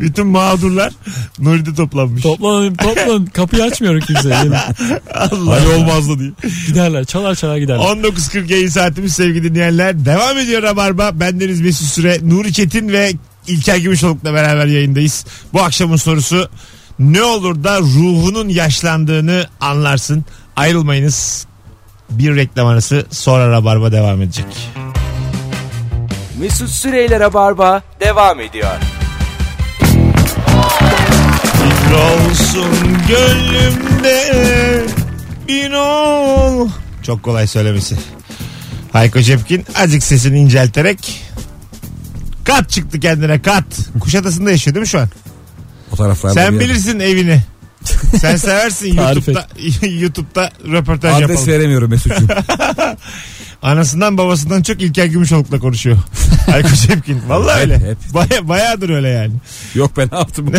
B: Bütün mağdurlar Nuri'de toplanmış.
D: toplanın toplanın. Kapıyı açmıyorum kimseye. Gelin.
B: Allah.
D: olmazdı diye. Giderler çalar çalar giderler.
B: 19.40 yayın saatimiz sevgili dinleyenler. Devam ediyor Rabarba. Bendeniz Mesut Süre, Nuri Çetin ve İlker Gümüşoluk'la beraber yayındayız. Bu akşamın sorusu ne olur da ruhunun yaşlandığını anlarsın. Ayrılmayınız. Bir reklam arası sonra Rabarba devam edecek.
A: Mesut Süreyler'e barba devam ediyor.
B: Bir olsun gönlümde bin ol. Çok kolay söylemesi. Hayko Cepkin azıcık sesini incelterek kat çıktı kendine kat. Kuşadası'nda yaşıyor değil mi şu an?
C: O taraflarda bir
B: Sen
C: yer.
B: bilirsin evini. Sen seversin
D: Tarif et.
B: YouTube'da YouTube'da röportaj
C: Adres
B: yapalım.
C: veremiyorum Mesut'cum.
B: Anasından babasından çok İlker Gümüşoluk'la konuşuyor. Ayko Şepkin. Vallahi
C: Hep,
B: öyle.
C: hep.
B: Baya, bayağıdır öyle yani.
C: Yok ben ne yaptım?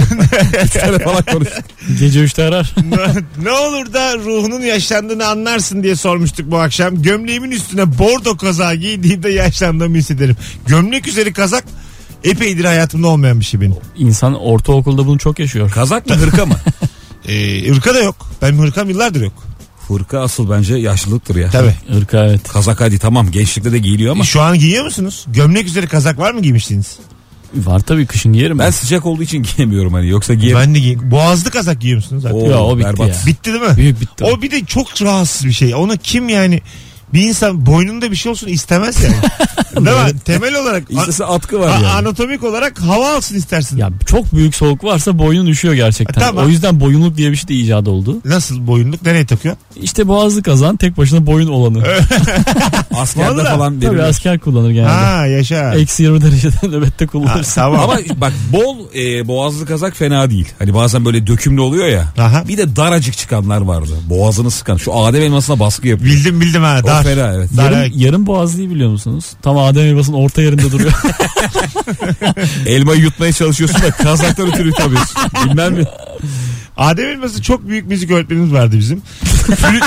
C: Üç tane falan konuştuk.
D: Gece 3'te arar.
B: ne olur da ruhunun yaşlandığını anlarsın diye sormuştuk bu akşam. Gömleğimin üstüne bordo kazağı giydiğimde yaşlandığımı hissederim. Gömlek üzeri kazak epeydir hayatımda olmayan bir şey benim.
D: İnsan ortaokulda bunu çok yaşıyor.
C: Kazak mı hırka mı?
B: Ee, hırka da yok. Benim hırkam yıllardır yok.
C: Hırka asıl bence yaşlılıktır ya.
B: Tabii.
D: Irka evet.
C: Kazak hadi tamam gençlikte de giyiliyor ama.
B: Şu an giyiyor musunuz? Gömlek üzeri kazak var mı giymiştiniz?
D: Var tabii kışın giyerim
C: Ben
D: ben.
C: sıcak olduğu için giyemiyorum hani yoksa giyerim.
B: Ben de giy- Boğazlı kazak giyiyor musunuz zaten?
C: Oo,
D: Ya o bitti
C: berbat.
D: ya.
B: Bitti değil mi?
D: Büyük bitti.
B: O bir de çok rahatsız bir şey. Ona kim yani bir insan boynunda bir şey olsun istemez yani. değil mi? Temel olarak an-
C: İstese atkı var
B: a-
C: yani.
B: anatomik olarak hava alsın istersin.
D: Ya çok büyük soğuk varsa boynun üşüyor gerçekten.
B: E, tamam.
D: O yüzden boyunluk diye bir şey de icat oldu.
B: Nasıl boyunluk nereye takıyor?
D: İşte boğazlı kazan tek başına boyun olanı.
C: Askerde
B: Vallahi.
C: falan
D: Tabii
C: verilir.
D: asker kullanır genelde.
B: Ha yaşa.
D: Eksi 20 derecede nöbette
B: Ha,
D: kullanırsın.
B: tamam.
C: Ama bak bol e, boğazlı kazak fena değil. Hani bazen böyle dökümlü oluyor ya.
B: Aha.
C: Bir de daracık çıkanlar vardı. Boğazını sıkan. Şu Adem elmasına baskı yapıyor.
B: Bildim bildim ha.
C: O
B: Dar.
C: fena evet.
B: Dar,
D: Yarım,
B: evet.
D: yarım boğazlıyı biliyor musunuz? Tam Adem Elbas'ın orta yerinde duruyor.
C: Elmayı yutmaya çalışıyorsun da kazaktan ötürü yutamıyorsun. Bilmem mi?
B: Adem Elmas'ı çok büyük müzik öğretmenimiz vardı bizim. Flüt...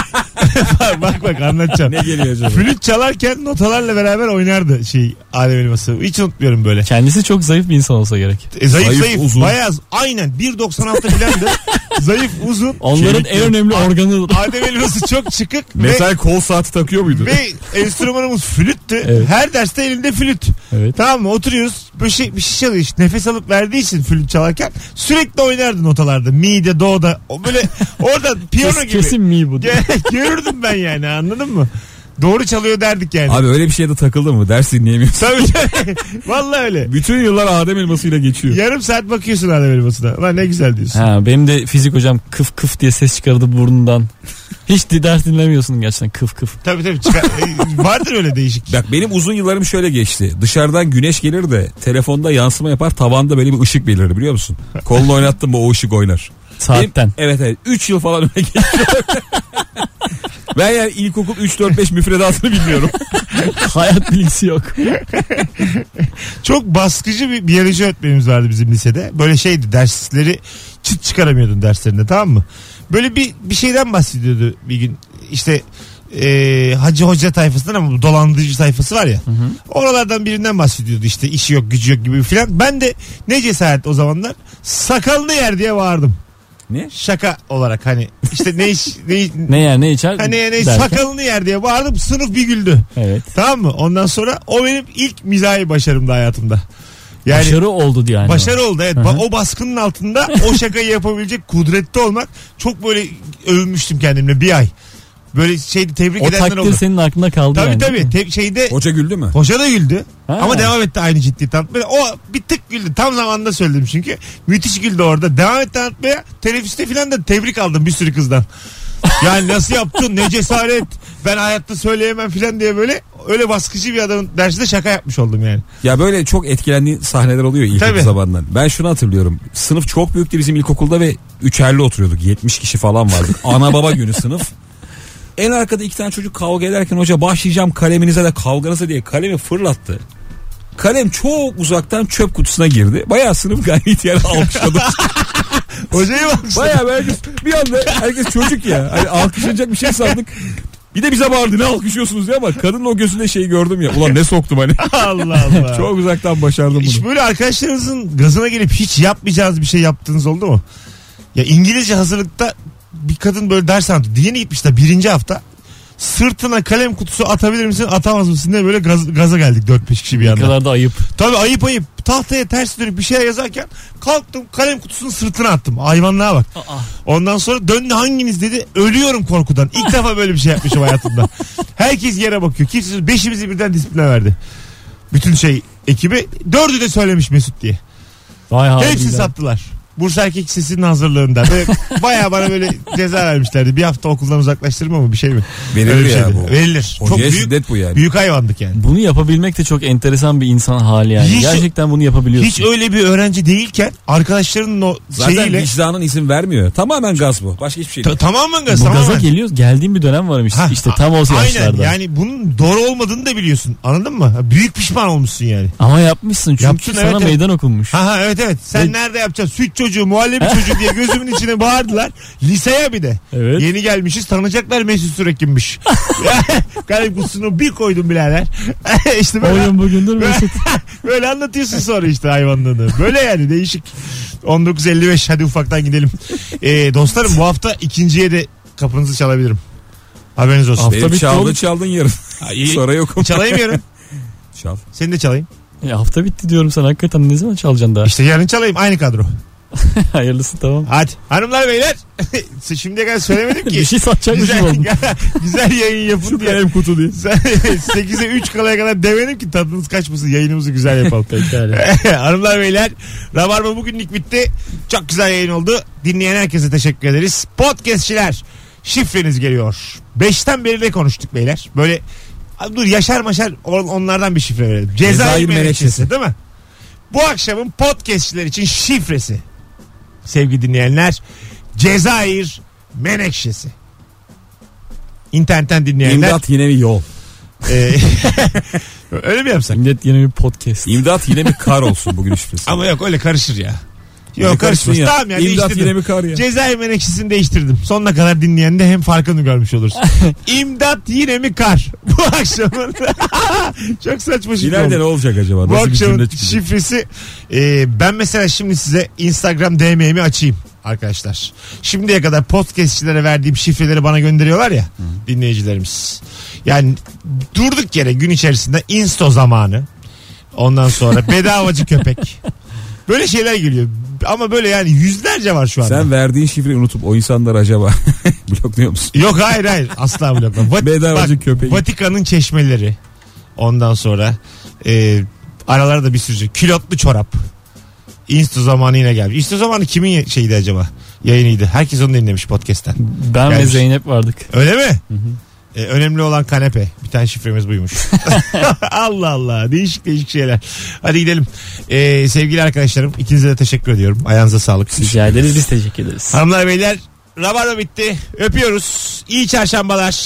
B: bak bak, bak anlatacağım.
C: Ne geliyor acaba?
B: Flüt çalarken notalarla beraber oynardı şey Adem Elmas'ı. Hiç unutmuyorum böyle.
D: Kendisi çok zayıf bir insan olsa gerek.
B: E, zayıf zayıf.
C: Zayıf, uzun.
B: Bayağı z- aynen 1.96 filandı. zayıf uzun.
D: Onların
B: Çelik
D: en önemli organı
B: Adem Elmas'ı çok çıkık ve,
C: Metal kol saati takıyor muydu?
B: ve enstrümanımız flüttü.
D: Evet.
B: Her derste elinde flüt.
D: Evet.
B: Tamam mı? Oturuyoruz. Böyle şey, bir şey çalıyor işte. Nefes alıp verdiği için flüt çalarken sürekli oynardı notalarda. Mi'de, do'da. O böyle orada piyano
D: Kes-
B: gibi.
D: kesin mi bu?
B: Ge- Görürdüm ben yani anladın mı? Doğru çalıyor derdik yani.
C: Abi öyle bir şeyde takıldın mı? Ders dinleyemiyorsun.
B: Tabii tabii. Vallahi öyle.
C: Bütün yıllar Adem elmasıyla geçiyor.
B: Yarım saat bakıyorsun Adem Elmas'ına. Lan ne güzel diyorsun.
D: Ha, benim de fizik hocam kıf kıf diye ses çıkardı burnundan. Hiç di- ders dinlemiyorsun gerçekten kıf kıf.
B: Tabii tabii. Çıkar- E, vardır öyle değişik.
C: Bak benim uzun yıllarım şöyle geçti. Dışarıdan güneş gelir de telefonda yansıma yapar tavanda böyle bir ışık belirir biliyor musun? Kolunu oynattın mı o ışık oynar.
D: Saatten.
C: Benim- evet evet 3 yıl falan öyle geçti. ben yani ilkokul 3-4-5 müfredatını bilmiyorum.
D: Hayat bilgisi yok.
B: Çok baskıcı bir biyoloji öğretmenimiz vardı bizim lisede. Böyle şeydi dersleri çıt çıkaramıyordun derslerinde tamam mı? Böyle bir bir şeyden bahsediyordu bir gün. İşte e, Hacı Hoca tayfasından ama bu dolandırıcı tayfası var ya. Oralardan birinden bahsediyordu işte işi yok gücü yok gibi filan. Ben de ne cesaret o zamanlar sakalını yer diye bağırdım.
C: Ne?
B: Şaka olarak hani işte ne iş ne,
D: Ne yer ne içer?
B: hani ne
D: derken.
B: sakalını yer diye bağırdım sınıf bir güldü.
D: Evet.
B: Tamam mı? Ondan sonra o benim ilk mizahi başarımdı hayatımda. Yani başarı,
D: başarı oldu yani.
B: oldu evet. Ba- O baskının altında o şakayı yapabilecek kudretli olmak çok böyle övünmüştüm kendimle bir ay. Böyle şeydi tebrik
D: O
B: edenler
D: takdir
B: oldu.
D: senin aklında kaldı
B: Tabii
D: yani.
B: tabii. Te- şeyde
C: Hoca güldü mü?
B: Hoca da güldü.
D: Ha.
B: Ama devam etti aynı ciddi tanıtmaya. O bir tık güldü. Tam zamanında söyledim çünkü. Müthiş güldü orada. Devam etti tanıtmaya. Teneffüste falan da tebrik aldım bir sürü kızdan. Yani nasıl yaptın ne cesaret ben hayatta söyleyemem falan diye böyle öyle baskıcı bir adamın dersinde şaka yapmış oldum yani.
C: Ya böyle çok etkilendiğin sahneler oluyor ilkokul
B: Tabii.
C: zamandan. Ben şunu hatırlıyorum. Sınıf çok büyüktü bizim ilkokulda ve üçerli oturuyorduk. 70 kişi falan vardı. Ana baba günü sınıf. En arkada iki tane çocuk kavga ederken hoca başlayacağım kaleminize de kavganıza diye kalemi fırlattı. Kalem çok uzaktan çöp kutusuna girdi. Bayağı sınıf gayet yer alkışladı.
B: Hocayı bakmışsın.
C: Bayağı bir herkes bir anda herkes çocuk ya. Hani alkışlanacak bir şey sandık. Bir de bize bağırdı ne alkışıyorsunuz diye ama kadının o gözünde şeyi gördüm ya. Ulan ne soktum hani.
B: Allah Allah.
C: Çok uzaktan başardım
B: Hiç
C: bunu.
B: böyle arkadaşlarınızın gazına gelip hiç yapmayacağınız bir şey yaptığınız oldu mu? Ya İngilizce hazırlıkta bir kadın böyle ders anlatıyor. Yeni gitmiş de birinci hafta. Sırtına kalem kutusu atabilir misin atamaz mısın diye böyle gaz- gaza geldik 4-5 kişi bir
D: Ne
B: anda.
D: kadar da ayıp.
B: Tabii ayıp ayıp. Tahtaya ters dönüp bir şeyler yazarken kalktım kalem kutusunu sırtına attım. Hayvanlığa bak. Ondan sonra döndü hanginiz dedi. Ölüyorum korkudan. İlk defa böyle bir şey yapmışım hayatımda. Herkes yere bakıyor. Kimse beşimizi birden disipline verdi. Bütün şey ekibi dördü de söylemiş Mesut diye.
D: Vay
B: Hepsi
D: harbiden.
B: sattılar. Bursa Erkek Lisesi'nin hazırlığında. Böyle bayağı bana böyle ceza vermişlerdi. Bir hafta okuldan uzaklaştırma mı bir şey mi? Öyle
C: Verilir
B: bir
C: ya
B: şeydi.
C: bu.
B: Verilir. Çok
C: Hocaya
B: büyük,
C: şiddet bu yani.
B: büyük hayvandık yani.
D: Bunu yapabilmek de çok enteresan bir insan hali yani.
B: Hiç-
D: Gerçekten bunu yapabiliyorsun.
B: Hiç öyle bir öğrenci değilken arkadaşlarının o
C: Zaten
B: şeyiyle
C: vicdanın izin vermiyor. Tamamen gaz bu. Başka hiçbir şey
B: Ta-
C: değil.
B: tamamen
D: Bu
B: gaz
D: gaza
B: tamamen.
D: geliyoruz. Geldiğim bir dönem varmış.
B: Ha,
D: işte tam o yaşlarda.
B: Aynen yani bunun doğru olmadığını da biliyorsun anladın mı? Büyük pişman olmuşsun yani.
D: Ama yapmışsın çünkü
B: Yaptın,
D: sana
B: evet, evet.
D: meydan okunmuş.
B: Ha ha evet evet sen
D: Ve-
B: nerede yapacaksın süt çocuğu muhallebi çocuğu diye gözümün içine bağırdılar. Liseye bir de.
D: Evet.
B: Yeni gelmişiz tanıyacaklar Mesut Sürekim'miş. Kalp kutusunu bir koydum birader. işte böyle,
D: Oyun bugündür Mesut.
B: böyle anlatıyorsun sonra işte hayvanlığını. Böyle yani değişik. 19.55 hadi ufaktan gidelim. Ee, dostlarım bu hafta ikinciye de kapınızı çalabilirim. Haberiniz olsun.
D: Hafta
C: Benim
D: bitti
C: çaldın
D: oğlum.
C: çaldın yarın. Sonra yokum.
B: Çalayım yarın.
C: Çal.
B: Seni de çalayım.
D: Ya E, hafta bitti diyorum sana hakikaten ne zaman çalacaksın daha?
B: İşte yarın çalayım aynı kadro.
D: Hayırlısı tamam.
B: Hadi hanımlar beyler. Şimdiye kadar söylemedim ki.
D: Bir şey satacakmışım
B: güzel,
D: oldum.
B: güzel yayın yapın diye.
D: kutu diye.
B: 8'e 3 kalaya kadar demedim ki tadınız kaçmasın. Yayınımızı güzel yapalım.
D: Pekala.
B: Hanımlar beyler Rabarba bugünlük bitti. Çok güzel yayın oldu. Dinleyen herkese teşekkür ederiz. Podcastçiler şifreniz geliyor. 5'ten beri de konuştuk beyler. Böyle abi dur yaşar maşar on- onlardan bir şifre verelim. Cezayir
C: Cezayir
B: menekşesi
C: menekşesi.
B: değil mi? Bu akşamın podcastçiler için şifresi. Sevgili dinleyenler Cezayir menekşesi. İnternetten dinleyenler
C: İmdat yine bir yol.
B: e, öyle mi yapsak?
D: Millet yeni bir podcast.
C: İmdat yine bir kar olsun bugün şifresi.
B: Ama yok öyle karışır ya.
C: Yine
B: Yok karışmaz.
C: karışsın ya.
B: Tamam ya
C: İmdat
B: değiştirdim.
C: yine bir kar ya.
B: Cezayir menekşesini değiştirdim. Sonuna kadar dinleyen de hem farkını görmüş olursun. İmdat yine mi kar? Bu akşamın çok saçma şifre
C: İleride ne
B: oldu.
C: olacak acaba?
B: Bu
C: Nasıl bir cümle
B: akşamın
C: çıkacak?
B: şifresi e, ben mesela şimdi size Instagram DM'mi açayım arkadaşlar. Şimdiye kadar podcastçilere verdiğim şifreleri bana gönderiyorlar ya dinleyicilerimiz. Yani durduk yere gün içerisinde insto zamanı ondan sonra bedavacı köpek. Böyle şeyler geliyor. Ama böyle yani yüzlerce var şu anda.
C: Sen verdiğin şifreyi unutup o insanlar acaba blokluyor musun?
B: Yok hayır hayır asla blokla. Vat-
C: Bedavacı
B: bak,
C: köpeği.
B: Vatikan'ın çeşmeleri. Ondan sonra e, aralarda bir sürü kilotlu çorap. Insta zamanı yine gelmiş. Insta zamanı kimin ye- şeydi acaba? Yayınıydı. Herkes onu dinlemiş podcast'ten.
D: Ben ve
B: Gelmiş.
D: Zeynep vardık.
B: Öyle mi? E, önemli olan kanepe. Bir tane şifremiz buymuş. Allah Allah. Değişik değişik şeyler. Hadi gidelim. E, sevgili arkadaşlarım ikinize de teşekkür ediyorum. Ayağınıza sağlık.
D: Rica ederiz biz teşekkür ederiz.
B: Hanımlar beyler Rabarba bitti. Öpüyoruz. İyi çarşambalar.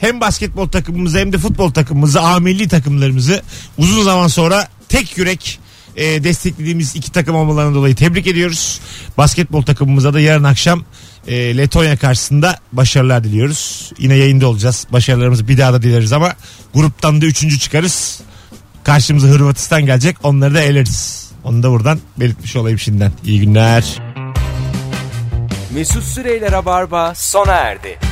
B: Hem basketbol takımımızı hem de futbol takımımızı, A milli takımlarımızı uzun zaman sonra tek yürek e, desteklediğimiz iki takım olmalarından dolayı tebrik ediyoruz. Basketbol takımımıza da yarın akşam e, Letonya karşısında başarılar diliyoruz. Yine yayında olacağız. Başarılarımızı bir daha da dileriz ama gruptan da üçüncü çıkarız. Karşımıza Hırvatistan gelecek. Onları da eleriz. Onu da buradan belirtmiş olayım şimdiden. İyi günler.
A: Mesut Süreyler'e barba sona erdi.